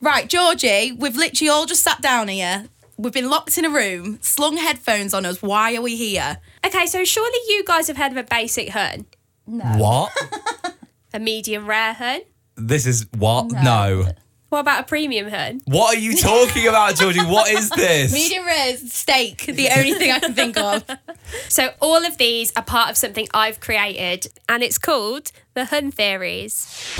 Right, Georgie, we've literally all just sat down here. We've been locked in a room, slung headphones on us. Why are we here? Okay, so surely you guys have heard of a basic hern, What? a medium rare hern. this is what? No. What about a premium hern? What are you talking about, Georgie? What is this? Medium rare is steak, the only thing I can think of. So all of these are part of something I've created, and it's called the Hun Theories.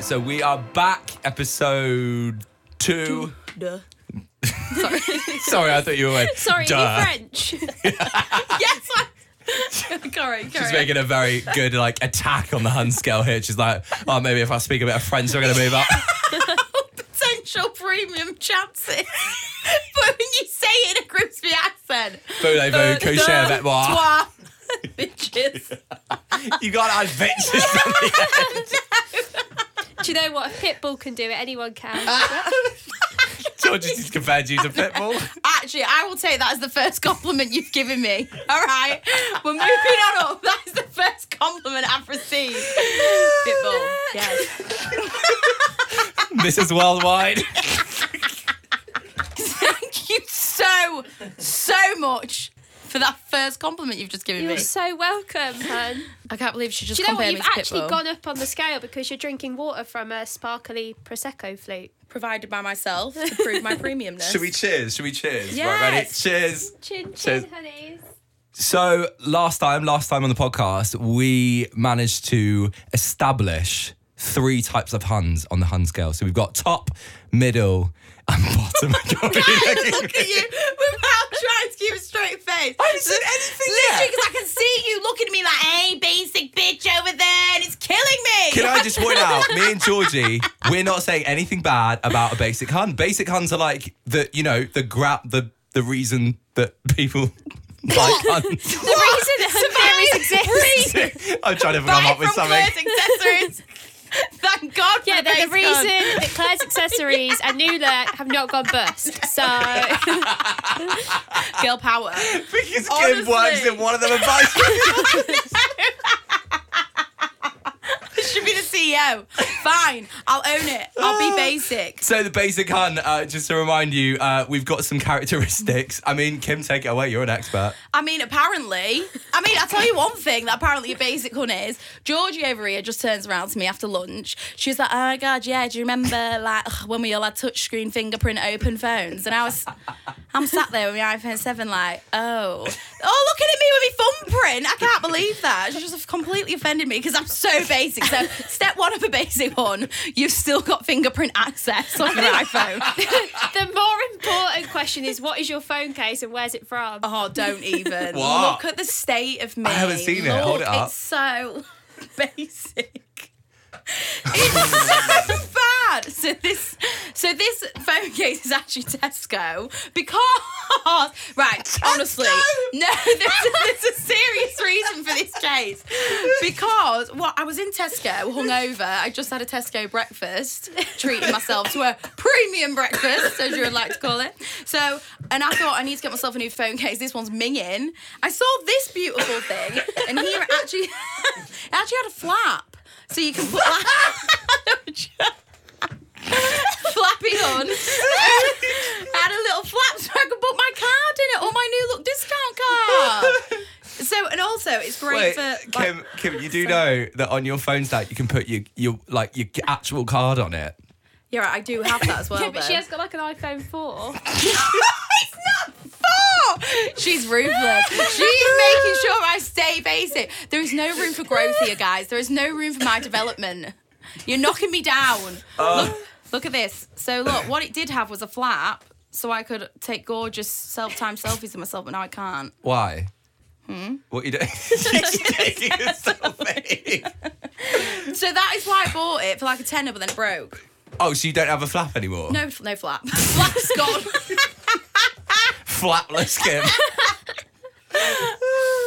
So we are back, episode two. Sorry. Sorry, I thought you were away. Sorry, Duh. you're French. yes, Sorry, She's making a very good like attack on the Hun scale here. She's like, oh, maybe if I speak a bit of French, we're gonna move up. potential premium chances. but when you say it in a crispy accent, Voulez-vous coucher avec moi? Trois bitches. You got add bitches. on the end. Do you know what? A pit bull can do it. Anyone can. Ah, Georgie's just compared you to Pitbull. Actually, I will take that as the first compliment you've given me. All right, we're moving on up. That is the first compliment I've received. Pitbull. Yes. This is worldwide. Thank you so, so much for that first compliment you've just given You're me. so welcome, hun. I can't believe she just Do you know what? compared me You've to actually Pitbull. gone up on the scale because you're drinking water from a sparkly prosecco flute. provided by myself to prove my premiumness. Should we cheers? Should we cheers? Right, ready? Yes. Cheers. Chin Cheers. chin, honeys. So last time, last time on the podcast, we managed to establish three types of Huns on the Hun scale. So we've got top, middle, and bottom. Look at you without trying to keep a straight face. I haven't said anything Literally, yet. because I can see you looking at me like, hey, basic bitch over there, and it's killing me. Can I just point out, me and Georgie, we're not saying anything bad about a basic Hun. Basic Huns are like the, you know, the grab, the the reason that people like Huns. The reason that Hun Theories exist. I'm trying to come Buy from up with something. Claire's accessories. Thank God for Yeah, they're the base reason gun. that Claire's accessories and Nula have not gone bust. So Girl power. Because Honestly. Kim works in one of them and vice Should be the CEO. Fine, I'll own it. I'll be basic. So the basic Hun, uh, just to remind you, uh, we've got some characteristics. I mean, Kim, take it away. You're an expert. I mean, apparently, I mean, I'll tell you one thing that apparently a basic hun is. Georgie over here just turns around to me after lunch. She was like, oh my God, yeah, do you remember like ugh, when we all had touchscreen fingerprint open phones? And I was, I'm sat there with my iPhone 7 like, oh. Oh, looking at me with my thumbprint. I can't believe that. She just completely offended me because I'm so basic. So step one of a basic hun, you've still got fingerprint access on your iPhone. the more important question is what is your phone case and where's it from? Oh, don't even. What? Look at the state of me. I haven't seen it. Hold it up. It's so basic. It's so bad. So this, so this phone case is actually Tesco because right. Honestly, no, there's, there's a serious reason for this case because well, I was in Tesco hungover. I just had a Tesco breakfast, treating myself to a premium breakfast, as you would like to call it. So, and I thought I need to get myself a new phone case. This one's minging. I saw this beautiful thing, and here it actually, it actually had a flap, so you can put like, flappy on. had a little flap so I could put my card in it or my new look discount card. So, and also it's Wait, great for Ah, like, Kim, Kim, you do know that on your phone stack you can put your your like your actual card on it. yeah, right, I do have that as well. yeah, but she though. has got like an iPhone 4. it's not four. She's ruthless. She's making sure I stay basic. There is no room for growth here, guys. There is no room for my development. You're knocking me down. Look, look at this. So look, what it did have was a flap, so I could take gorgeous self-time selfies of myself, but now I can't. Why? Hmm? What you doing? You're just taking a selfie. So that is why I bought it for like a tenner, but then it broke. Oh, so you don't have a flap anymore? No, no flap. Flap's gone. Flapless, Kim.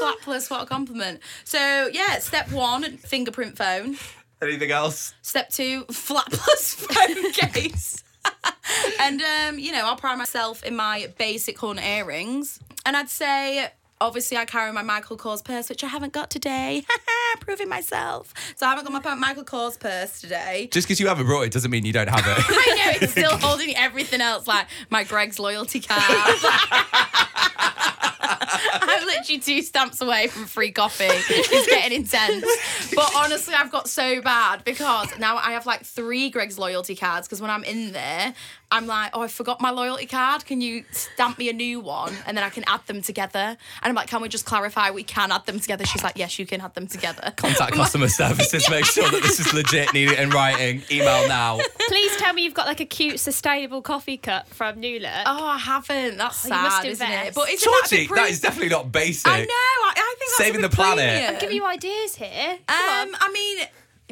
Flapless. What a compliment. So yeah, step one, fingerprint phone. Anything else? Step two, flapless phone case. and um, you know, I'll pride myself in my basic horn earrings. And I'd say obviously I carry my Michael Kors purse, which I haven't got today. Proving myself. So I haven't got my Michael Kors purse today. Just because you haven't brought it doesn't mean you don't have it. I know it's still holding everything else, like my Greg's loyalty card. I'm literally two stamps away from free coffee. It's getting intense. But honestly, I've got so bad because now I have like three Greg's loyalty cards because when I'm in there, I'm like, oh, I forgot my loyalty card. Can you stamp me a new one? And then I can add them together. And I'm like, can we just clarify we can add them together? She's like, yes, you can add them together. Contact customer services. Make sure that this is legit. Need it in writing. Email now. Please tell me you've got like a cute sustainable coffee cup from New Look. Oh, I haven't. That's Oh, you must sad, isn't it? invest. But isn't that, a Georgie, bit that is definitely not basic. I know. I, I think that's Saving a bit the planet. premium. I'm Give you ideas here. Come Um, I mean,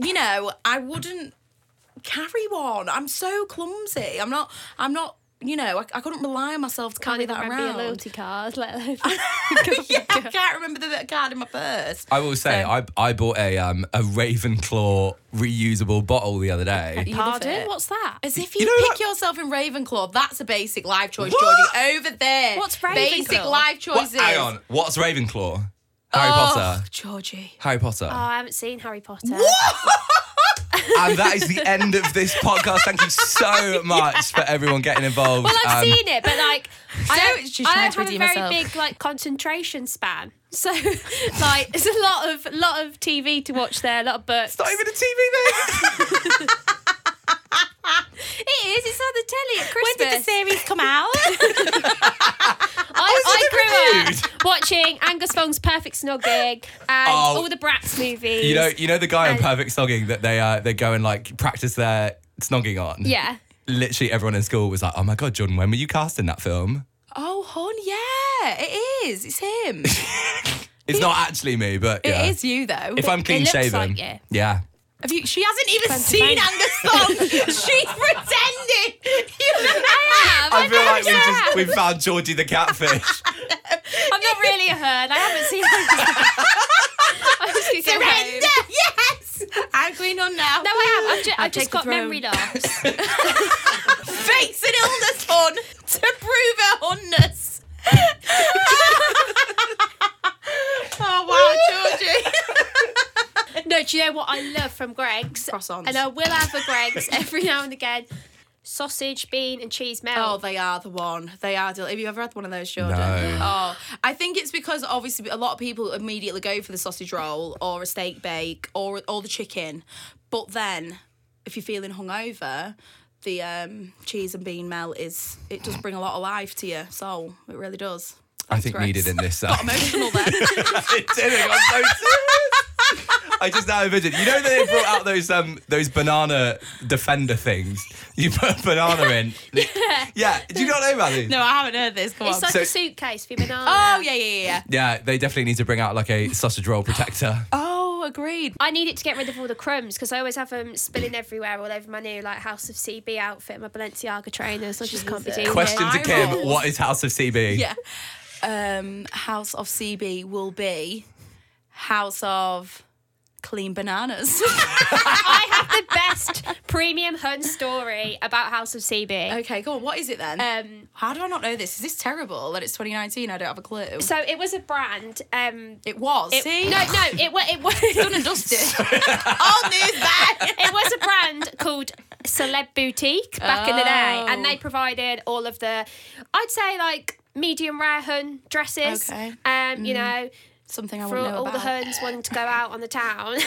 you know, I wouldn't carry one. I'm so clumsy. I'm not. I'm not. You know, I, I couldn't rely on myself to carry on. that Remember your around. loyalty card. Let alone yeah, I can't remember the little card in my purse. I will say, I, I bought a um a Ravenclaw reusable bottle the other day. You love Pardon? it. What's that? As if You you, know, pick like- yourself in Ravenclaw, that's a basic life choice, What? Geordie. Over there. What's Basic Ravenclaw? life What, choices. hang on, uh, what's Ravenclaw? Harry Oh, Potter. Georgie. Harry Potter. Oh, I haven't seen Harry Potter. and that is the end of this podcast. Thank you so much for everyone getting involved. Well, I've Um, seen it, but like, I So don't, it's just I trying don't to have a very redeem herself. big like concentration span. So, like, it's a lot of lot of TV to watch there, a lot of books. Not even a TV thing. It is. It's on the telly at When did Christmas. the series come out? Oh, I, I grew up watching Angus Fong's Perfect Snogging and Oh. all the Bratz movies. You know, you know the guy on And- Perfect Snogging that they uh, they go and like practice their snogging on. Yeah. Literally everyone in school was like, "Oh my god, Jordan, when were you cast in that film?" Oh, hon, yeah, it is. It's him. It's not actually me, but yeah. It is you, though. If I'm clean looks shaven, like you. yeah. Have you, she hasn't even Fancy seen Baby. Angus Thong. She's pretending. You have. I Ah, I feel like we noticed just that. we found Georgie the catfish. I'm not really a herd. I haven't seen. I'm just gonna go home. Surrender. Yes. I'm going on now. No, I have. I've, ju- I'll I've take just the got throne. memory loss. Face an illness on to prove her honness. oh, wow, Georgie. no, do you know what I love from Greg's? Croissants. And I will have a Greg's every now and again. Sausage, bean, and cheese Oh, melt. they are the one. They are. Del- Have you ever had one of those, Jordan? No. Oh, I think it's because obviously a lot of people immediately go for the sausage roll or a steak bake or or the chicken, but then if you're feeling hungover, the um, cheese and bean melt is it does bring a lot of life to your soul. It really does. I think Grace. needed in this. Uh, Emotional then. it did it. I'm so serious. I just now envisioned. You know that they brought out those um those banana defender things. You put a banana in. yeah. Do you not know about these? no, I haven't heard this. Come on. it's like So- a suitcase for your banana. oh yeah, yeah, yeah, yeah. Yeah, they definitely need to bring out like a sausage roll protector. Oh, agreed. I need it to get rid of all the crumbs because I always have them spilling everywhere all over my new like House of CB outfit, my Balenciaga trainers. I just can't be doing Question it. to I Kim: rolled. What is House of CB? Yeah. Um, House of CB will be House of Clean Bananas. I have the best premium hun story about House of CB. okay, go on. What is it then? Um, How do I not know this? Is this terrible that it's 2019? I don't have a clue. so it was a brand. Um, it was. it- See? No, no, it was it was Done and dusted. On news back. it was a brand called Celeb Boutique back in the day, Oh. and they provided all of the, I'd say like medium rare hun dresses. Okay. Mm. Um, you know, Something I for wouldn't know all about. the huns wanting to go out on the town.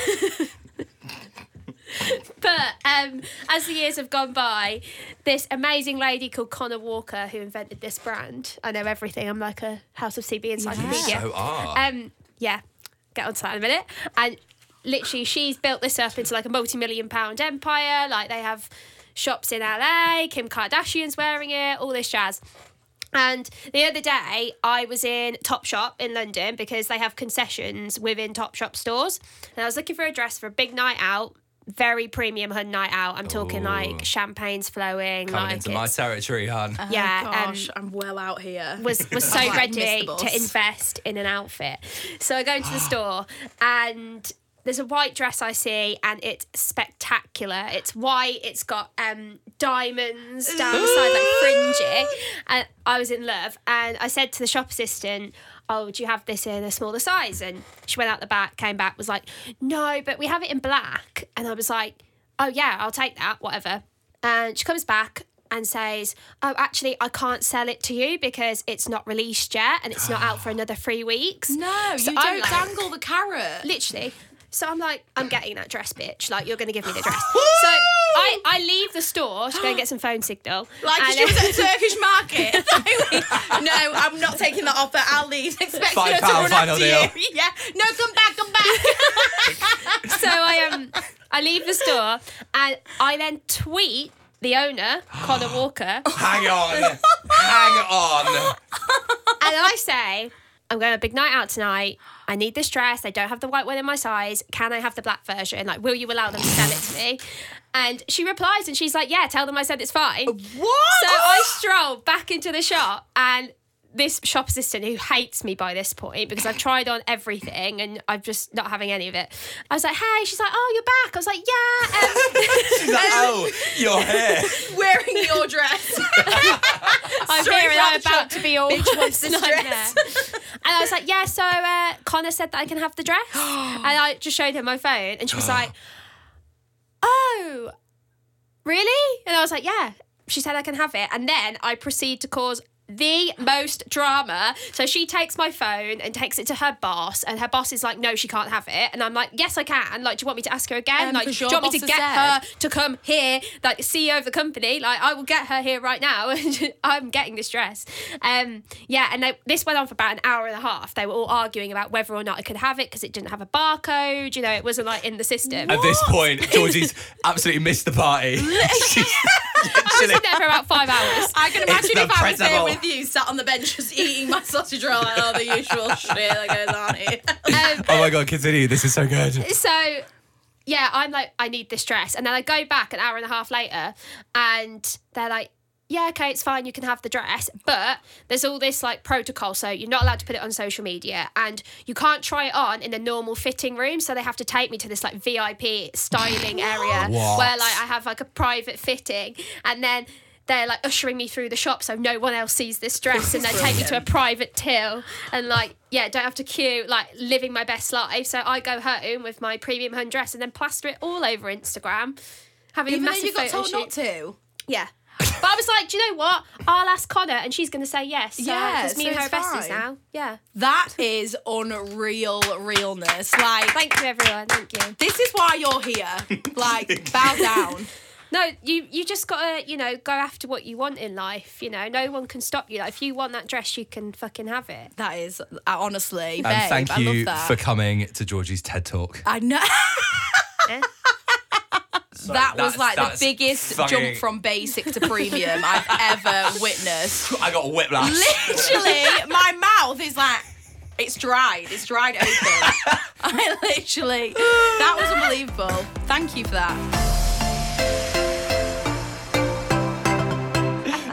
but um, as the years have gone by, this amazing lady called Connor Walker, who invented this brand, I know everything. I'm like a House of CB encyclopedia. So are. Um, yeah, get on to that in a minute. And literally, she's built this up into like a multi-million pound empire. Like they have shops in LA. Kim Kardashian's wearing it. All this jazz. And the other day, I was in Topshop in London because they have concessions within Topshop stores. And I was looking for a dress for a big night out, very premium hun night out. I'm talking Ooh. like champagne's flowing, Coming like into my it's- territory, hon. yeah, Oh, um, gosh, I'm well out here. was was so I'm like, ready miss the bus. to invest in an outfit. So I go into the store and there's a white dress I see, and it's spectacular. It's white. It's got um, diamonds down the side, like fringy. And I was in love. And I said to the shop assistant, "Oh, do you have this in a smaller size?" And she went out the back, came back, was like, "No, but we have it in black." And I was like, "Oh yeah, I'll take that. Whatever." And she comes back and says, "Oh, actually, I can't sell it to you because it's not released yet, and it's not out for another three weeks." No, So you I'm don't like- dangle the carrot. literally. So I'm like, I'm getting that dress, bitch. Like, you're going to give me the dress. so I, I leave the store to go and get some phone signal. Like if and, she was uh, at a Turkish market. no, I'm not taking that offer. I'll leave. Expecting Five her to run pound final after you. Yeah. No, come back, come back. so I um, I leave the store and I then tweet the owner, Connor Walker, and Hang on. Hang on. I say, I'm going on a big night out tonight. I need this dress. I don't have the white one in my size. Can I have the black version? Like, will you allow them to sell it to me? And she replies and she's like, Yeah, tell them I said it's fine. what? So I stroll back into the shop and this shop assistant who hates me by this point because I've tried on everything and I'm just not having any of it. I was like, hey, she's like, oh, you're back. I was like, yeah. Um, She's like, oh, you're here. wearing your dress. I'm Sorry for here and that I'm shop. about to be all Bitch wants this nightmare. dress. And I was like, yeah, so uh, Connor said that I can have the dress. and I just showed her my phone and she was like, oh, really? And I was like, yeah. She said I can have it. And then I proceed to cause the most drama. So she takes my phone and takes it to her boss, and her boss is like, "No, she can't have it." And I'm like, "Yes, I can." Like, do you want me to ask her again? Um, like, do 'cause you your want me to boss get has her to come here? Like, the CEO of the company. Like, I will get her here right now. And I'm getting this dress. Um, yeah. And they, this went on for about an hour and a half. They were all arguing about whether or not I could have it because it didn't have a barcode. You know, it wasn't like in the system. At this point, Georgie's absolutely missed the party. She's literally. there for about five hours. I can imagine the if I was there presentable. with you, sat on the bench just eating my sausage roll like all the usual shit that goes on here. Um, Oh my god, continue. This is so good. so yeah, I'm like, I need this dress. And then I go back an hour and a half later and they're like, yeah, okay, it's fine. You can have the dress. But there's all this like protocol. So you're not allowed to put it on social media and you can't try it on in a normal fitting room. So they have to take me to this like VIP styling area What? where like I have like a private fitting. And then they're like ushering me through the shop so no one else sees this dress and they take me to a private till and like yeah don't have to queue like living my best life so i go home with my premium hun dress and then plaster it all over instagram having Even a though massive you got photo told shoot not to. yeah but i was like do you know what i'll ask connor and she's gonna say yes so, Yeah, 'cause me so and her it's are besties fine. now yeah That is unreal realness. Like thank you everyone thank you this is why you're here. Like bow down. no you you just gotta you know go after what you want in life you know no one can stop you like if you want that dress you can fucking have it That is uh, honestly. Babe, And I Um, thank you love that. for coming to Georgie's TED Talk. I know Eh? that was that's- like the that's biggest fucking- jump from basic to premium I've ever witnessed. I got a whiplash. Literally, my mouth is like it's dried. It's dried open. I literally that was unbelievable. Thank you for that.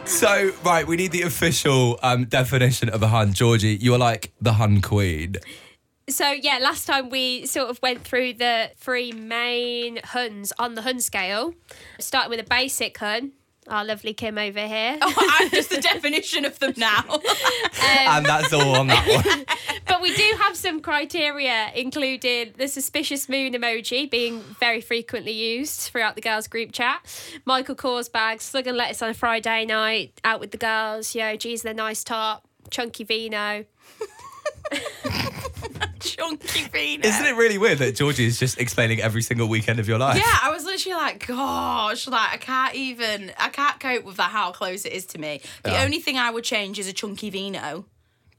So, right, we need the official um, definition of a hun. Georgie, you are like the hun queen. So yeah, last time we sort of went through the three main huns on the hun scale, starting with a basic hun. Our lovely Kim over here. I'm just the definition of them now. And that's all on that one. But we do have some criteria, including the suspicious moon emoji being very frequently used throughout the girls' group chat. Michael Kors bags, slug and lettuce on a Friday night, out with the girls, yo, geez, they're nice top, chunky vino. Chunky penis. Isn't it really weird that Georgie is just explaining every single weekend of your life? Yeah, I was literally like, gosh, like I can't even, I can't cope with that. How close it is to me. The Yeah. only thing I would change is a chunky vino.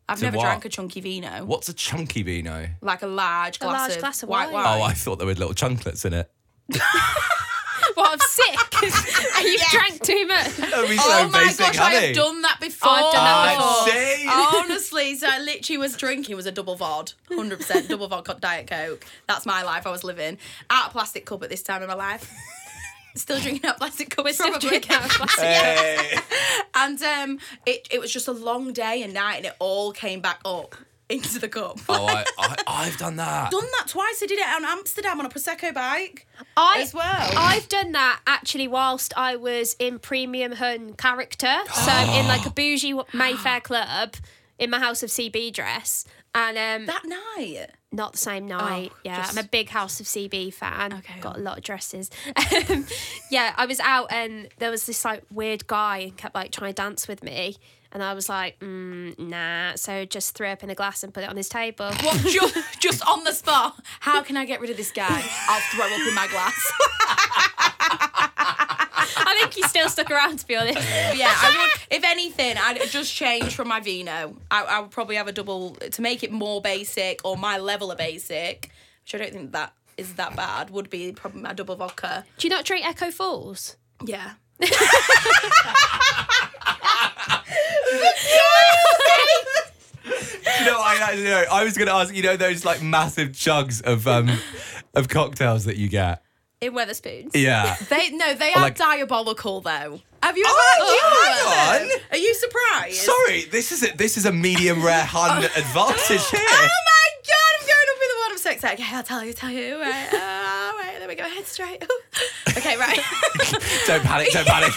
I've To never what? drank a chunky vino, What's a chunky vino? like a large glass, large of, glass of white wine. wine. Oh, I thought there were little chunklets in it. Well, I'm sick. You've drank too much. That'd be Oh, so Oh my basic, gosh, I honey. have done that before. I've done that I see. Honestly, so I literally was drinking was a double vod, hundred percent double vod co- diet coke. That's my life I was living out of plastic cup at this time in my life. Still drinking out of plastic cup. We're still probably. drinking out of plastic. Hey. And um, it, it was just a long day and night, and it all came back up. into the cup. Oh, I, I, I've done that. Done that twice. I did it on Amsterdam on a prosecco bike. I, as well. I've done that actually whilst I was in premium hun character, so in like a bougie Mayfair club in my house of CB dress, and um, That night. not the same night. yeah, just- I'm a big House of CB fan. Okay. Got a lot of dresses. Um, yeah, I was out and there was this like weird guy and kept like trying to dance with me. And I was like, mm, nah. So just threw up in a glass and put it on his table. What just, just on the spot? How can I get rid of this guy? I'll throw up in my glass. I think he's still stuck around, to be honest. yeah, I would. If anything, I'd just change from my vino. I, I would probably have a double to make it more basic or my level of basic, which I don't think that is that bad. Would be probably my double vodka. Do you not drink Echo Falls? Yeah. You know, I actually know. I was going to ask, you know, those like massive jugs of um of cocktails that you get. In Weatherspoons. Yeah. They no, they are like- diabolical though. Have you ever? Oh, had you- hang them? Oh Are you surprised? Sorry, this is a, this is a medium rare hand advantage here. Oh my god, I'm going up with the one. I'm so excited. Okay, I'll tell you, tell you. Right, uh, all right, there we go. Head straight. okay, right. Don't panic, don't panic.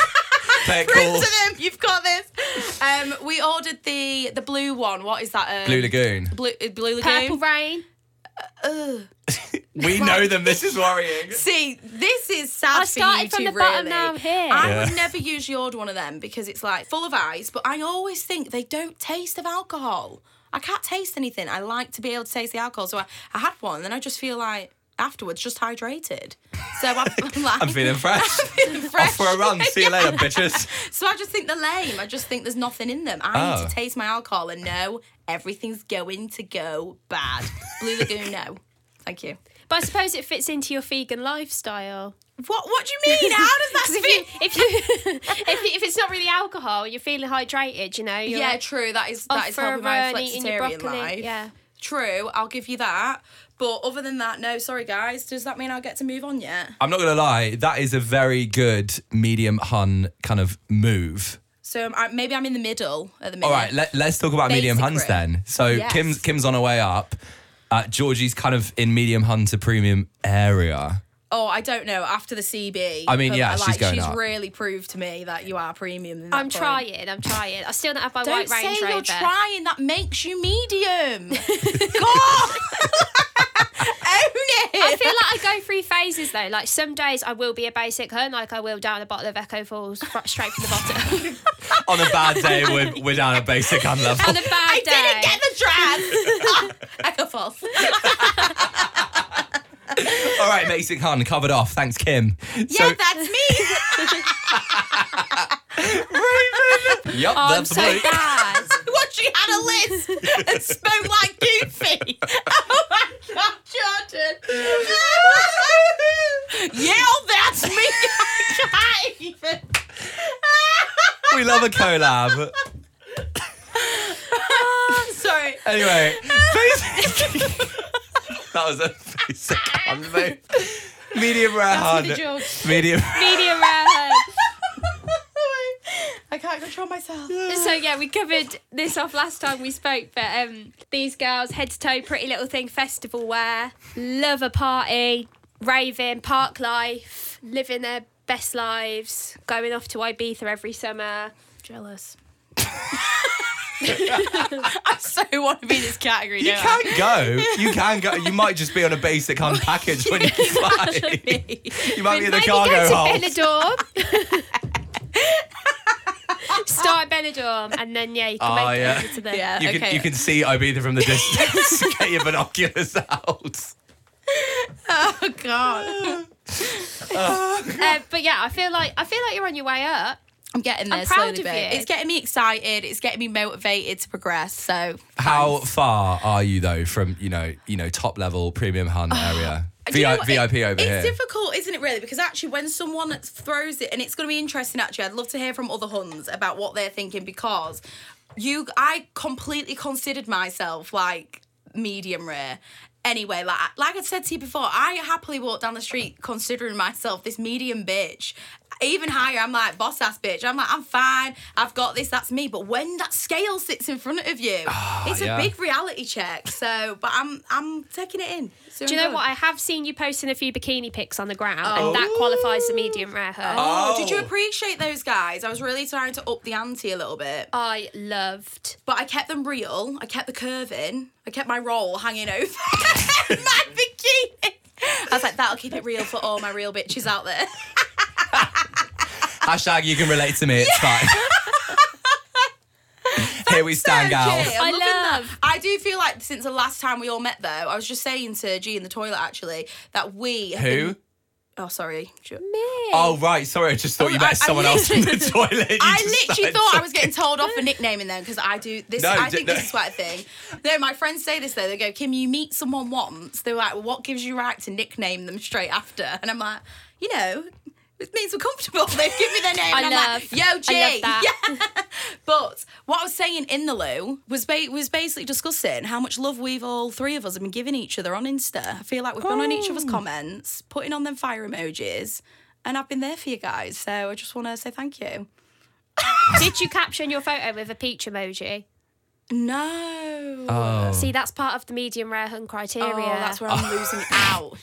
Play it cool. Prove to them you've got this. Um, we ordered the the blue one. What is that? Um, Blue Lagoon. Blue, uh, blue Purple lagoon. Rain. We know them. This is worrying. See, this is sad I for you started from two, the bottom really. now here. I Yeah. would never usually order one of them because it's like full of ice. But I always think they don't taste of alcohol. I can't taste anything. I like to be able to taste the alcohol. So I, I had one, and then I just feel like afterwards just hydrated. So I'm, I'm like. I'm feeling fresh. feeling fresh. Off for a run. See you later, bitches. So I just think they're lame. I just think there's nothing in them. I Oh. need to taste my alcohol and know everything's going to go bad. Blue Lagoon, no. Thank you. But I suppose it fits into your vegan lifestyle. What What do you mean? How does that 'Cause if fit? you, if, you if, you- if it's not really alcohol, you're feeling hydrated, you know. You're Yeah, like, true. That is off that is for probably a my run, eating your flexitarian broccoli, life. yeah. True. I'll give you that. But other than that, no. Sorry, guys. Does that mean I'll get to move on yet? I'm not gonna lie. That is a very good medium hun kind of move. So um, I, maybe I'm in the middle at the minute. All right, let, us talk about medium Basic huns room. then. So Yes. Kim's Kim's on her way up. Uh, Georgie's kind of in medium hun to premium area. oh, I don't know. After the CB. I mean, but, yeah, like, she's going She's up. really proved to me that you are premium. in that I'm point. trying, I'm trying. I still don't have my Don't white Range say Rover. you're trying. That makes you medium. God. Own I it. feel like I go through phases though. Like some days I will be a basic hun, like I will down a bottle of Echo Falls fr- straight from the bottom. On a bad day, we're, we're down at basic hun level. On a bad I day. didn't get the dress. Ah, Echo false. All right, basic hun covered off. Thanks, Kim. Yeah, that's me. Yep, Oh, I'm that's so the point. bad. what she had a list and spoke like Goofy. Oh my god, Jordan! yeah, that's me. I can't even. We love a collab. Ah, Sorry. Anyway, basic. that was a basic hun move. Medium rare hun. That's really Medium. Medium rare hun. I can't control myself. So yeah, we covered this off last time we spoke, but um, these girls head to toe, pretty little thing, festival wear, love a party, raving, park life, living their best lives, going off to Ibiza every summer. Jealous. I so want to be in this category. You don't I? can go. You can go. You might just be on a basic hun package when you fly. You might be in the Maybe go cargo to hold. Benidorm. Start at Benidorm, and then yeah, you can Oh, make yeah. it over to the Yeah. You okay. can you can see Ibiza from the distance. Get your binoculars out. Oh god. Uh, but yeah, I feel like I feel like you're on your way up. I'm getting there I'm slowly, proud of but you. It's getting me excited. It's getting me motivated to progress. So How far are you though from you know you know top level premium hun area? Ah, Do you VI know what? VIP It- over here. It's difficult, isn't it, really? Because actually, when someone throws it, and it's going to be interesting, actually, I'd love to hear from other Huns about what they're thinking because you, I completely considered myself like medium rare. Anyway, like like I said to you before, I happily walk down the street considering myself this medium bitch. Even higher, I'm like boss ass bitch. I'm like I'm fine. I've got this. That's me. But when that scale sits in front of you, it's Ah, yeah. a big reality check. So, but I'm I'm taking it in. Do you know what? I have seen you posting a few bikini pics on the ground, and that qualifies as medium rare her. Oh, did you Oh. appreciate those guys? I was really trying to up the ante a little bit. I loved. But I kept them real. I kept the curve in. I kept my roll hanging over my bikini. I was like, that'll keep it real for all my real bitches out there. Hashtag you can relate to me, it's fine. Here we Okay, stand, gals. I'm I loving that. love. I do feel like since the last time we all met, though, I was just saying to G in the toilet actually that we. have Who? been- oh, sorry. Ju- Oh, right. Sorry, I just thought you I- met someone I else in the literally- toilet. You I just literally started thought I was talking. getting told off for nicknaming them because I do this. No, I d- think no. this is quite a thing. No, my friends say this though. They go, "Kim, you meet someone once." They're like, well, "What gives you right to nickname them straight after?" And I'm like, you know. It means we're comfortable. They give me their name, I and I'm like, love- "Yo, G." I love that. Yeah. but what I was saying in the loo was ba- was basically discussing how much love we've all three of us have been giving each other on Insta. I feel like we've gone on each Oh. other's comments, putting on them fire emojis, and I've been there for you guys. So I just want to say thank you. Did you caption your photo with a peach emoji? No. Oh. See, that's part of the medium rare hun criteria. Oh, that's where I'm losing out.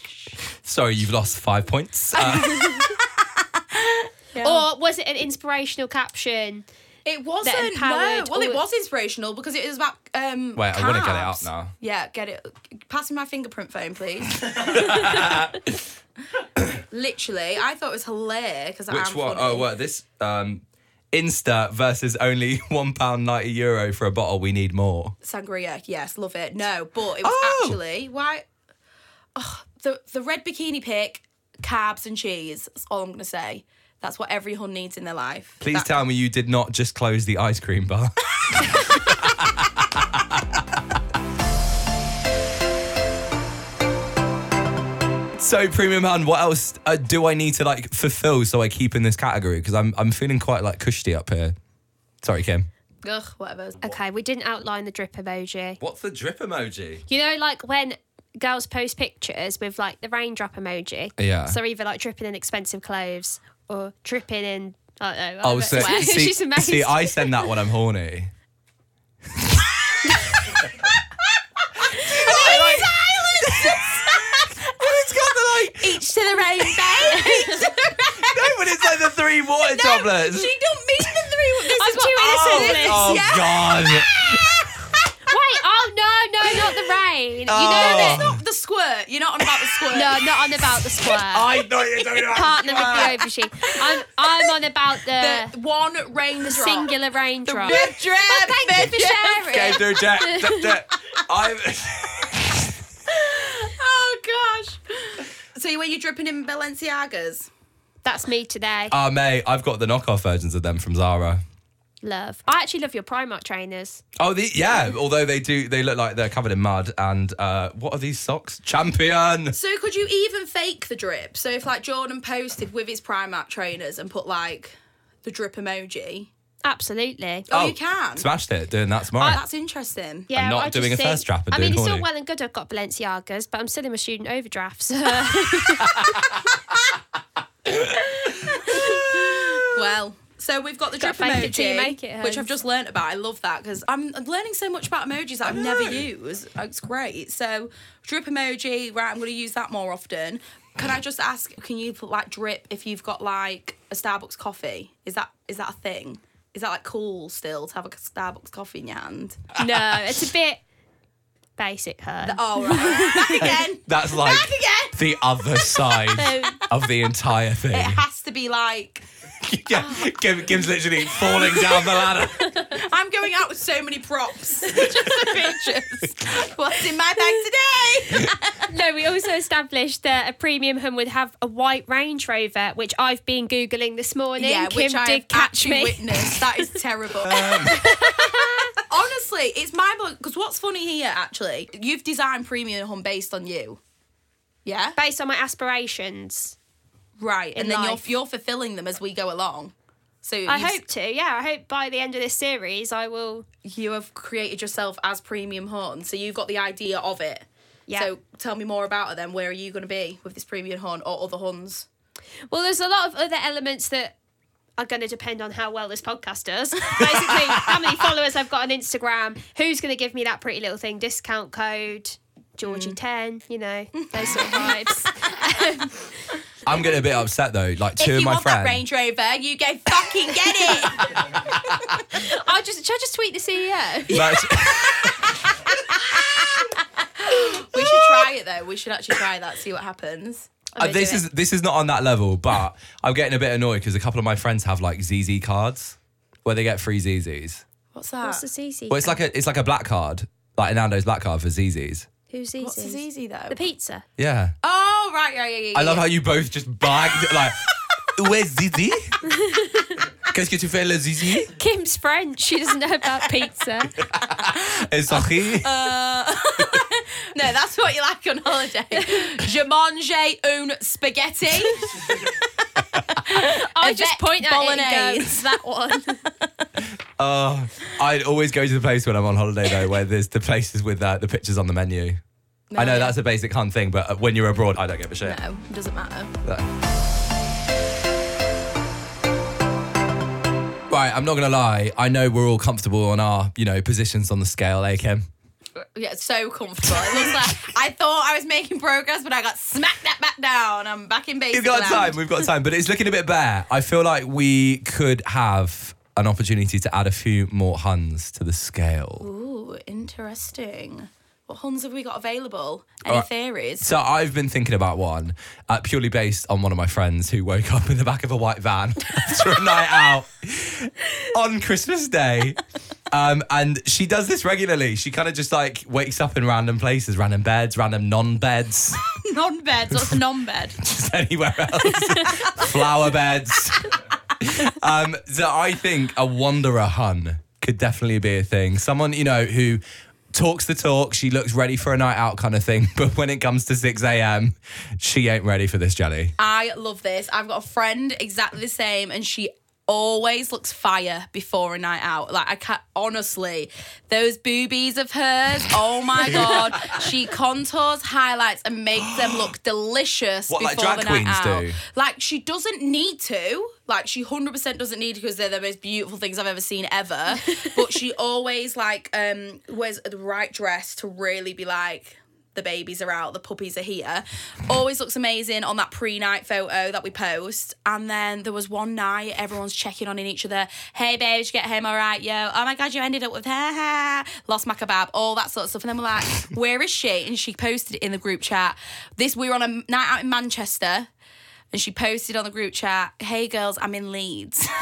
Sorry, you've lost five points. Uh, Or was it an inspirational caption? It wasn't. That No. empowered Well, it all- was inspirational because it was about. Um, Wait, I wanna get it out calves. now. Yeah, get it. Pass me my fingerprint phone, please. Literally, I thought it was hilarious because I which am one? funny. Oh, what? This um, Insta versus only £1.90 euro for a bottle. We need more. sangria. Yes, love it. No, but it was Oh! actually why Ugh, the the red bikini pick, carbs and cheese. That's all I'm gonna say. That's what every hun needs in their life. Please That- tell me you did not just close the ice cream bar. so premium hand, what else uh, do I need to like fulfill so I keep in this category? Because I'm I'm feeling quite like cushy up here. Sorry, Kim. Ugh, whatever. Okay, we didn't outline the drip emoji. What's the drip emoji? You know, like when girls post pictures with like the raindrop emoji. Yeah. So they're either like dripping in expensive clothes or dripping in. I don't know. Oh, I'm so sweat. see, She's amazing. see, I send that when I'm horny. it's got the like Each to their own, babe. Each to their own. no, but it's like the three water droplets. She don't mean the three. This I'm is what too all innocent. this- oh yeah. god. Wait, oh no, no, not the rain. Uh, You Oh. know that. Not the squirt. You're not on about the squirt. No, I'm not on about the squirt. I thought you were talking about Partner with the overshoe. I'm, I'm on about the, The one raindrop. singular raindrop. Red drip. Thank you for sharing. Okay, do Jack. da- da- I'm. Oh gosh. So you were you dripping in Balenciagas? That's me today. Ah, mate, I've got the knockoff versions of them from Zara. love. I actually love your Primark trainers. Oh, the, yeah. Although they do, they look like they're covered in mud. And uh, what are these socks? Champion. So could you even fake the drip? So if like Jordan posted with his Primark trainers and put like the drip emoji. Absolutely. Uh, Oh, you can. Smashed it doing that tomorrow. That's interesting. Yeah, not I just doing a think- thirst trap and I mean, it's doing all horny. well and good. I've got Balenciagas, but I'm still in my student overdrafts. Well, so we've got the drip Gotta fake it till you emoji, make it, which Hans. I've just learnt about. I love that because I'm I'm learning so much about emojis that I've never used. It's great. So drip emoji, right? I'm going to use that more often. Can I just ask? Can you put like drip if you've got like a Starbucks coffee? Is that is that a thing? Is that like cool still to have a Starbucks coffee in your hand? no, it's a bit basic. Her. Oh, right. back again. That's like Back again. the other side of the entire It thing. has to be like yeah, Oh. Kim, Kim's literally falling down the ladder. I'm going out with so many props, just the pictures. What's in my bag today? no, we also established that a premium home would have a white Range Rover, which I've been googling this morning. Yeah, Kim which did I have catch actually me. witnessed. That is terrible. Honestly, it's mind blowing. Because what's funny here, actually, you've designed Premium Home based on you. Yeah. Based on my aspirations, Right. And in then life. you're you're fulfilling them as we go along. So I you've- hope to. Yeah, I hope by the end of this series, I will. you have created yourself as Premium Horn. So you've got the idea of it. Yeah. So tell me more about her then. Where are you going to be with this premium hun or other huns? Well, there's a lot of other elements that are going to depend on how well this podcast does. Basically, how many followers I've got on Instagram, who's going to give me that pretty little thing, discount code, Georgie10, you know, those sort of vibes. Um, I'm getting a bit upset though. Like two if of you my want friends. that Range Rover, you go fucking get it. I'll just, should I just tweet the E CEO? Like, uh, we should try it though. We should actually try that. See what happens. uh, I'm gonna this do it. is this is not on that level, but I'm getting a bit annoyed because a couple of my friends have like ZZ cards where they get free ZZs. what's that? What's the E CC? Well, it's like a it's like a black card, like a Nando's black card for ZZs. Who's What's as CC? easy though? The E pizza. Yeah, oh right, yeah, yeah, yeah. I love yeah. how you both just bagged it, like. Where's ZZ? Qu'est-ce que tu fais le ZZ? Kim's French. She doesn't know about pizza. Et sorry. No, that's what you like on holiday. Je mange un spaghetti. I just Avec point at it and go, bolognese. that one. Oh, I'd always go to the place when I'm on holiday though, where there's the places with uh, the pictures on the menu. I know yeah. that's a basic hunt thing, but uh, when you're abroad, I don't give a shit. No, it doesn't matter. Right, I'm not gonna lie. I know we're all comfortable on our, you know, positions on the scale, eh, Kim? Yeah, it's so comfortable. It looks like I thought I was making progress, but I got smacked that back down. I'm back in base. We've got time. We've got time, but it's looking a bit bare. I feel like we could have an opportunity to add a few more Huns to the scale. Ooh, interesting. What Huns have we got available? Any Alright. theories? So I've been thinking about one, uh, purely based on one of my friends who woke up in the back of a white van after a night out on Christmas Day. Um, and she does this regularly. She kind of just like wakes up in random places, random beds, random non beds. Non beds. What's non bed? just anywhere else. Flower beds. um, so I think a wanderer hun could definitely be a thing. Someone, you know, who talks the talk, she looks ready for a night out kind of thing, but when it comes to 6 a.m., she ain't ready for this jelly. I love this. I've got a friend exactly the same, and she always looks fire before a night out. Like I can't honestly, those boobies of hers. Oh my god, she contours, highlights, and makes them look delicious What, like before drag the night queens out. do? Like she doesn't need to. Like she hundred percent doesn't need because they're the most beautiful things I've ever seen ever. but she always like um wears the right dress to really be like. The babies are out, the puppies are here. Always looks amazing on that pre night photo that we post. And then there was one night, everyone's checking on in each other. Hey, babe, did you get home all right? Yo, oh my God, you ended up with her. Lost my kebab, all that sort of stuff. And then we're like, where is she? And she posted it in the group chat. This, we were on a night out in Manchester. And she posted on the group chat, "Hey girls, I'm in Leeds."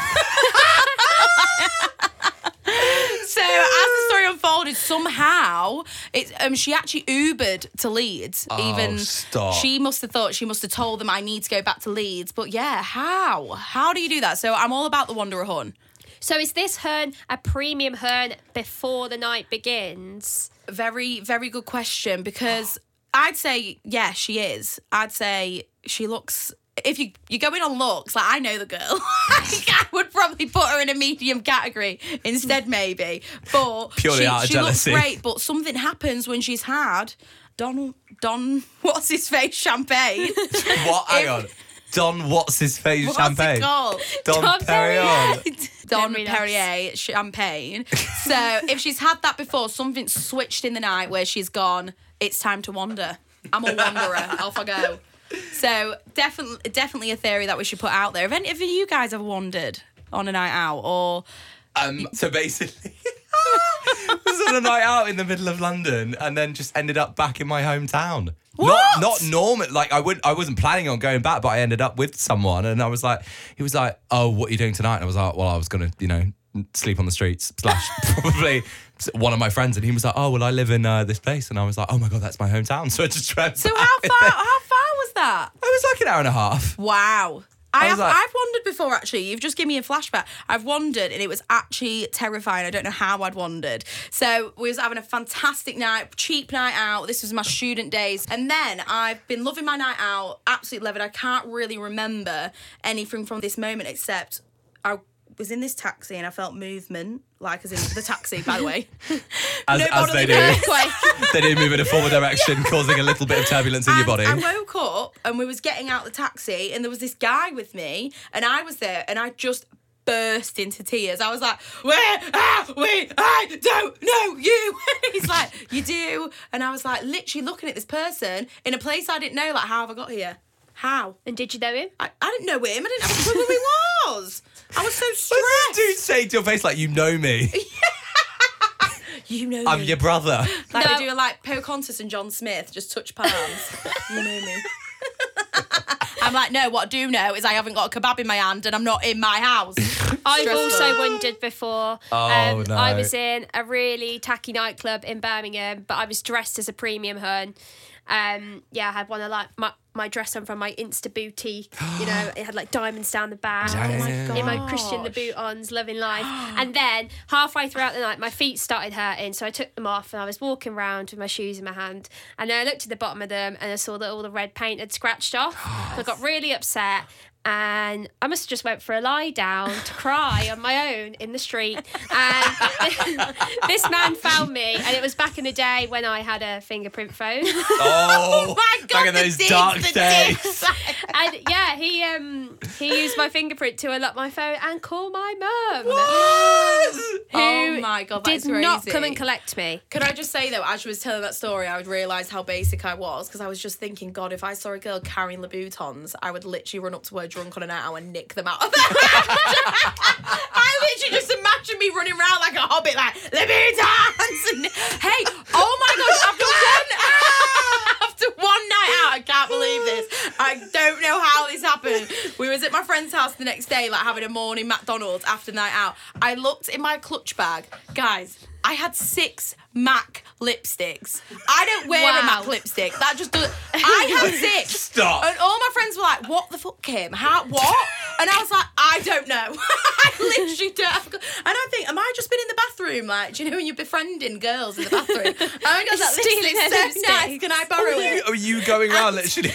so as the story unfolded, somehow it um she actually Ubered to Leeds. Oh, even stop. she must have thought she must have told them I need to go back to Leeds. But yeah, how how do you do that? So I'm all about the Wanderer Hun. So is this hern a premium hern before the night begins? Very very good question because I'd say yeah she is. I'd say she looks. If you you're going on looks, like I know the girl, I would probably put her in a medium category instead, maybe. But Purely she, out of she jealousy. looks great. But something happens when she's had Don Don what's his face champagne. What? Hang on. Don What's his face what's champagne? it called? Don, Don Perignon. Don Very nice. Perrier champagne. So if she's had that before, something switched in the night where she's gone. It's time to wander. I'm a wanderer. Off I go. So definitely, definitely a theory that we should put out there. Have any of you guys ever wandered on a night out, or Um, so basically, I was on a night out in the middle of London, and then just ended up back in my hometown. What? Not not normal. Like I wouldn't. I wasn't planning on going back, but I ended up with someone, and I was like, he was like, "Oh, what are you doing tonight?" And I was like, "Well, I was gonna, you know, sleep on the streets slash probably." One of my friends and he was like, "Oh well, I live in uh, this place," and I was like, "Oh my god, that's my hometown." So I just traveled. so? How far? How far was that? It was like an hour and a half. Wow. I was have, like- I've wandered before, actually. You've just given me a flashback. I've wandered, and it was actually terrifying. I don't know how I'd wandered. So we was having a fantastic night, cheap night out. This was my student days, and then I've been loving my night out, absolutely loving. I can't really remember anything from this moment except I was in this taxi and I felt movement, like as in the taxi, by the way. As, No as bodily they do. earthquake. they do move in a forward direction, causing a little bit of turbulence in your body. And I woke up and we was getting out the taxi and there was this guy with me and I was there and I just burst into tears. I was like, Where are we? I don't know you. And he's like, You do. And I was like, literally looking at this person in a place I didn't know, like, how have I got here? How? And did you know him? I, I didn't know him. I didn't have a clue who he was. I was so What does this dude stressed. say to your face like, you know me? You know I'm me. your brother. Like No. they do like Pocahontas and John Smith, just touch palms. you know me. I'm like, no, what I do know is I haven't got a kebab in my hand and I'm not in my house. I've Stressful. also wondered before. um, Oh, no. I was in a really tacky nightclub in Birmingham, but I was dressed as a premium hun. Um, yeah, I had one of like my, my dress on from my Insta boutique. You know, it had like diamonds down the back. Oh my In my Christian gosh. Louboutin's, loving life. And then halfway throughout the night, my feet started hurting, so I took them off and I was walking around with my shoes in my hand. And then I looked at the bottom of them and I saw that all the red paint had scratched off. So I got really upset. And I must have just went for a lie down to cry on my own in the street. And this man found me, and it was back in the day when I had a fingerprint phone. Oh, My God, back in the those digs, dark the days. digs. and yeah, he um he used my fingerprint to unlock my phone and call my mum. who Oh my God, did that's not crazy. come and collect me. Could I just say though, as you was telling that story, I would realise how basic I was because I was just thinking, God, if I saw a girl carrying Louboutins, I would literally run up to her drunk on an hour and nick them out of her hand. I literally just imagine me running around like a hobbit, like Louboutins. And, hey, oh my gosh, after one after one night out, I can't believe this. I don't know how this happened. We was at my friend's house the next day, like having a morning McDonald's after night out. I looked in my clutch bag, guys. I had six MAC lipsticks. I don't wear a Wow. MAC lipstick. That just does. I had six. Stop. And all my friends were like, "What the fuck, Kim? How? What?" And I was like, "I don't know. I literally don't." Have... And I think, am I just been in the bathroom? Like, do you know when you're befriending girls in the bathroom? And I was like, Stealing "This their is so nice. lipsticks. Can I borrow Are you, it?" are you going around literally?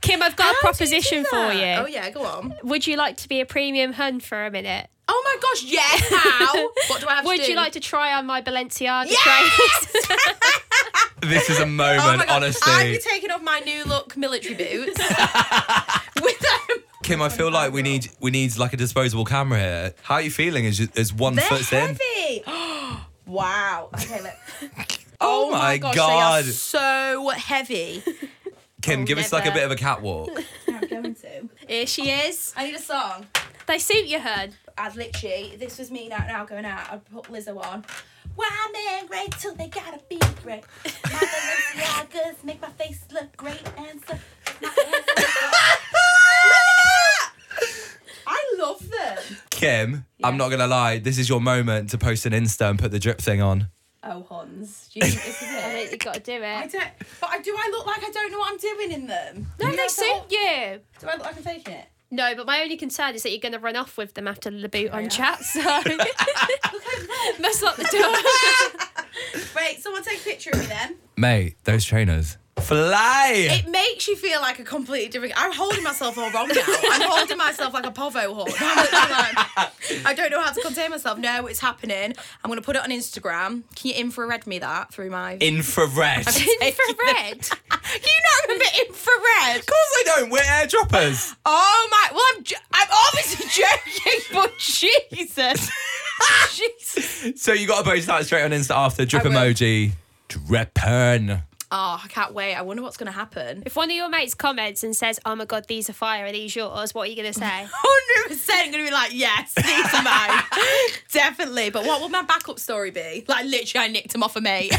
Kim, I've got a How do you do proposition for that? you. Oh yeah, go on. Would you like to be a premium hun for a minute? Oh my gosh, yes. How? What do I have Would to do? you like to try on my Balenciaga Yes! trainers? This is a moment, Oh my God. honestly. I'd be taking off my new look military boots with them. Kim, I feel like we need we need like a disposable camera here. How are you feeling as, you- as one They're foot's in? heavy. wow. Okay, look. Oh, my, gosh, god. They are so heavy. Kim, give us like a never. bit of a catwalk. I'm going to. Here she is. I need a song. They suit you, hun. I'd literally, this was me now, now going out, I'd put Lizzo on. Why men great till they gotta be great? My Balenciagas make my face look great and so. my ass look great. I love them. Kim, I'm not gonna lie, this is your moment to post an Insta and put the drip thing on. Oh, Hans, do you think this is I it? think you've got to do I it. don't, but I, do I look like I don't know what I'm doing in them? No, You they know, suit you. Do I look like I'm faking it? No, but my only concern is that you're going to run off with them after the boot on chat, so must lock the door. Wait, someone take a picture of me then. Mate, those trainers. Fly! It makes you feel like a completely different. I'm holding myself all wrong now. I'm holding myself like a povo hole. I don't know how to contain myself. No, it's happening. I'm gonna put it on Instagram. Can you infrared me that through my? Infrared. of course Infrared. Can you not remember infrared? I don't, we're airdroppers. Oh my! Well, I'm j- I'm obviously joking, but Jesus, Jesus. so you gotta post that straight on Insta after drip I will. emoji. Drippin'. Oh, I can't wait. I wonder what's gonna happen. If one of your mates comments and says, "Oh my god, these are fire. Are these yours?" What are you gonna say? Hundred percent, I'm gonna be like, yes, these are mine, definitely. But what would my backup story be? Like, literally, I nicked him off a mate.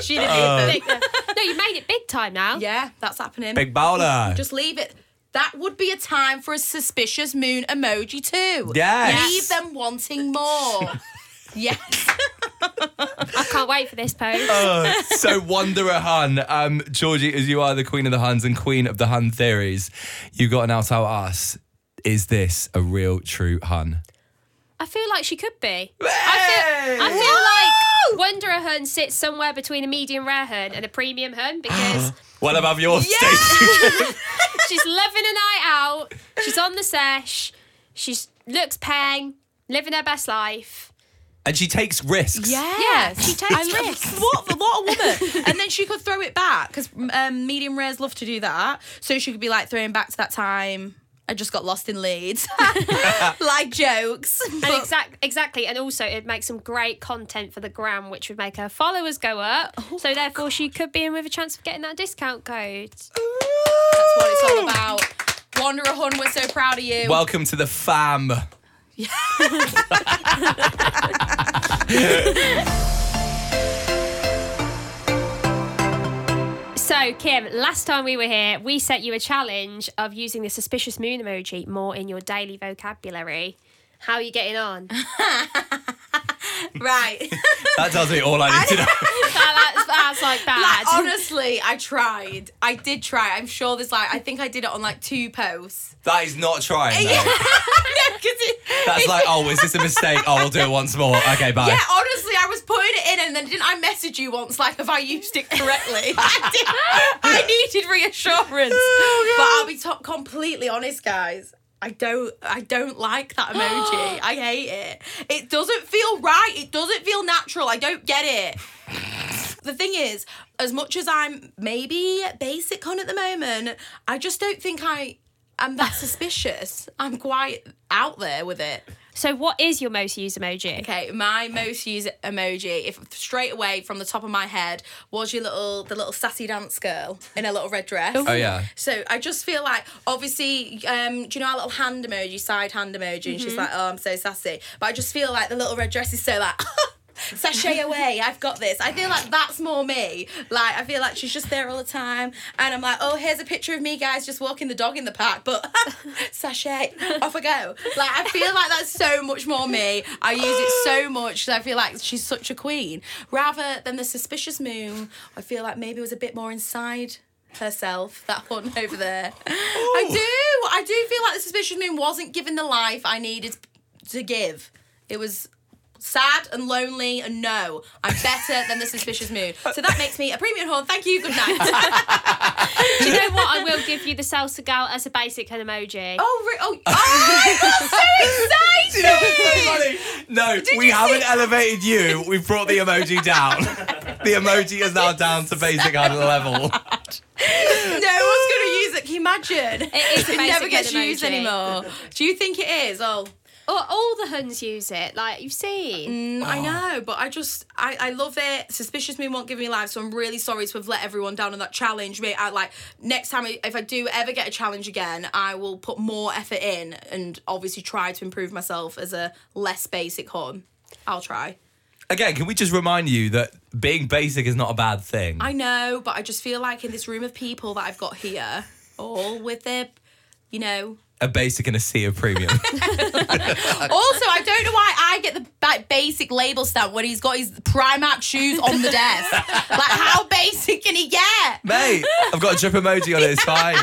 she didn't even think. that- No, you made it big time now. Yeah, that's happening. Big baller. Just leave it. That would be a time for a suspicious moon emoji too. Yes. Leave them wanting more. yes. I can't wait for this post. Uh, so Wanderer Hun, um, Georgie, as you are the queen of the Huns and queen of the Hun theories, you got an out out us. Is this a real true Hun? I feel like she could be. I feel, I feel Woo! Wanderer Hun sits somewhere between a medium rare Hun and a premium Hun Uh-huh. because Well above yours, Stacey. she's loving a night out. She's on the sesh. She looks peng, living her best life. And she takes risks. Yeah, she takes risks. What, what a woman! and then she could throw it back because um, medium rares love to do that. So she could be like throwing back to that time. I just got lost in Leeds, like jokes. And But- exact, exactly, and also it makes some great content for the gram, which would make her followers go up. Oh so therefore, she could be in with a chance of getting that discount code. That's what it's all about. Wanderer Hun, we're so proud of you. Welcome to the fam. So Kim, last time we were here, we set you a challenge of using the suspicious moon emoji more in your daily vocabulary. How are you getting on? that, right. That tells me all I need to know. that's, that's like bad. Like, honestly, I tried. I did try. I'm sure there's like I think I did it on like two posts. That is not trying. Yeah. though. no, 'cause it, That's like, oh, is this a mistake? Oh, we'll do it once more. Okay, bye. yeah, honestly, I was putting it in and then didn't I message you once like have I used it correctly? I, did, I needed reassurance. but I'll be to- completely honest, guys. I don't I don't like that emoji. I hate it. It doesn't feel right. It doesn't feel natural. I don't get it. the thing is, as much as I'm maybe basic on at the moment, I just don't think I am that suspicious. I'm quite out there with it. so, what is your most used emoji? Okay, my most used emoji, if straight away from the top of my head, was your little the little sassy dance girl in a little red dress. Oh, yeah. So I just feel like obviously, um, do you know our little hand emoji, side hand emoji, and she's like, "Oh, I'm so sassy," but I just feel like the little red dress is so like. Sashay away, I've got this. I feel like that's more me. Like, I feel like she's just there all the time. And I'm like, oh, here's a picture of me, guys, just walking the dog in the park. But sashay, off I go. Like, I feel like that's so much more me. I use it so much 'cause I feel like she's such a queen. Rather than the suspicious moon, I feel like maybe it was a bit more inside herself, that one over there. I do. I do feel like the suspicious moon wasn't given the life I needed to give. It was sad and lonely and no. I'm better than the suspicious moon. So that makes me a premium horn. Thank you. Good night. Do you know what? I will give you the salsa gal as a basic emoji. oh, re- oh, oh, I got so Do you excited. know what's so funny? No, we you haven't see- elevated you. We've brought the emoji down. the emoji is now down to basic hand level. No one's gonna use it. Can you imagine? It is a It never basic gets emoji. used anymore. Do you think it is? Oh. Or all the Huns use it, like you've seen. Mm, I know, but I just I, I love it. Suspicious Moon won't give me life, so I'm really sorry to have let everyone down on that challenge. Mate, I like next time I- if I do ever get a challenge again, I will put more effort in and obviously try to improve myself as a less basic horn. I'll try. Again, can we just remind you that being basic is not a bad thing? I know, but I just feel like in this room of people that I've got here, all with their, you know. a basic and a sea of premium. Also, I don't know why I get the like, basic label stamp when he's got his Primark shoes on the desk. like, how basic can he get? Mate, I've got a drip emoji on it. It's fine.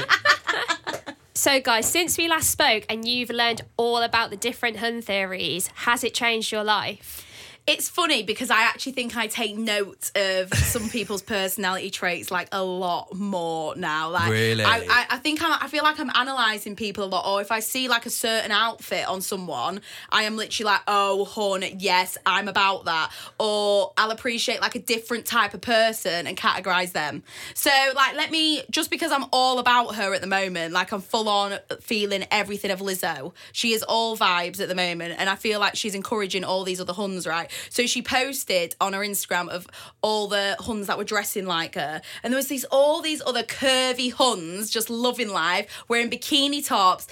So, guys, since we last spoke and you've learned all about the different Hun theories, has it changed your life? It's funny because I actually think I take note of some people's personality traits like a lot more now. Like Really? I, I, I think I'm, I feel like I'm analysing people a lot. Or if I see like a certain outfit on someone, I am literally like, oh, hun, yes, I'm about that. Or I'll appreciate like a different type of person and categorise them. So like, let me just because I'm all about her at the moment, like I'm full on feeling everything of Lizzo. She is all vibes at the moment, and I feel like she's encouraging all these other Huns, right? So she posted on her Instagram of all the Huns that were dressing like her, and there was these all these other curvy Huns just loving life, wearing bikini tops.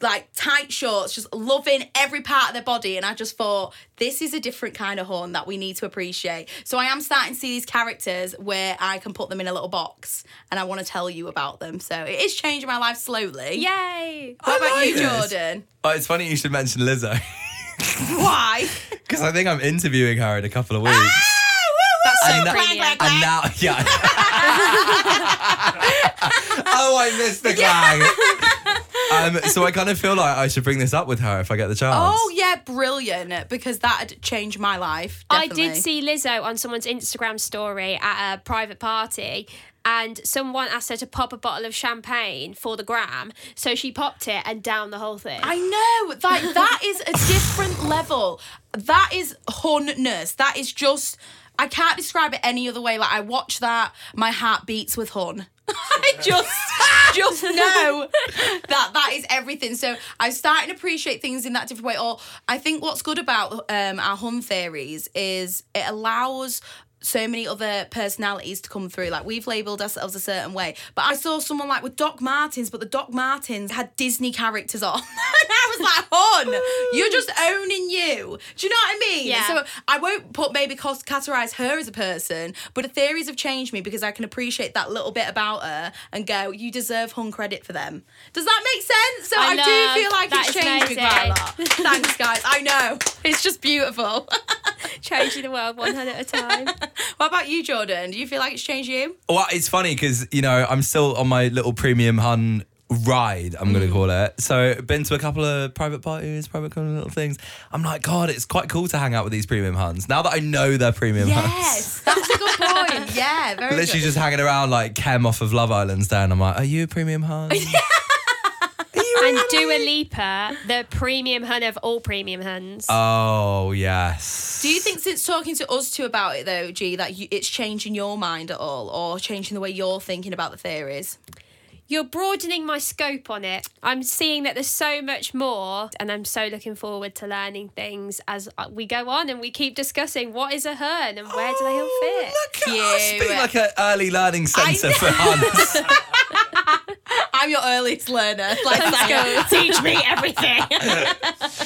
Like tight shorts, just loving every part of their body. And I just thought, this is a different kind of horn that we need to appreciate. So I am starting to see these characters where I can put them in a little box and I want to tell you about them. So it is changing my life slowly. Yay! What I about like you, this. Jordan? Oh, it's funny you should mention Lizzo Why? because I think I'm interviewing her in a couple of Ah, weeks. That's so And that- premium. And now, yeah. oh, I missed the gag. Um, so I kind of feel like I should bring this up with her if I get the chance. Oh yeah, brilliant! Because that'd change my life. I definitely. did see Lizzo on someone's Instagram story at a private party. And someone asked her to pop a bottle of champagne for the gram, so she popped it and down the whole thing. I know that that is a different level. That is hunness. That is just. I can't describe it any other way. Like I watch that, my heart beats with hun. I just just know that that is everything. So I starting to appreciate things in that different way. Or I think what's good about um, our hun theories is it allows so many other personalities to come through. Like we've labelled ourselves a certain way, but I saw someone like with Doc Martens, but the Doc Martens had Disney characters on, and I was like, "Hon, you're just owning you." Do you know what I mean? Yeah. So I won't put maybe cos- categorize her as a person, but her theories have changed me because I can appreciate that little bit about her and go, "You deserve hun credit for them." Does that make sense? So I I, love- do feel like that it's is changed me quite a lot. Thanks, guys. I know it's just beautiful. Changing the world one head at a time. what about you, Jordan? Do you feel like it's changed you? Well, it's funny because you know I'm still on my little premium hun ride. I'm Mm. gonna call it. So been to a couple of private parties, private kind of little things. I'm like, God, it's quite cool to hang out with these premium huns. Now that I know they're premium huns. Yes, that's a good point. Yeah, very Literally good. just hanging around like Kem off of Love Island's there, and I'm like, Are you a premium hun? and Dua Lipa, the premium hun of all premium huns. oh yes. Do you think since talking to us two about it though, G, that you, it's changing your mind at all, or changing the way you're thinking about the theories? You're broadening my scope on it. I'm seeing that there's so much more, and I'm so looking forward to learning things as uh, we go on and we keep discussing what is a hun and where do they all fit. Look at us You- being like an early learning centre for huns. I'm your earliest learner. Like, like Teach me everything.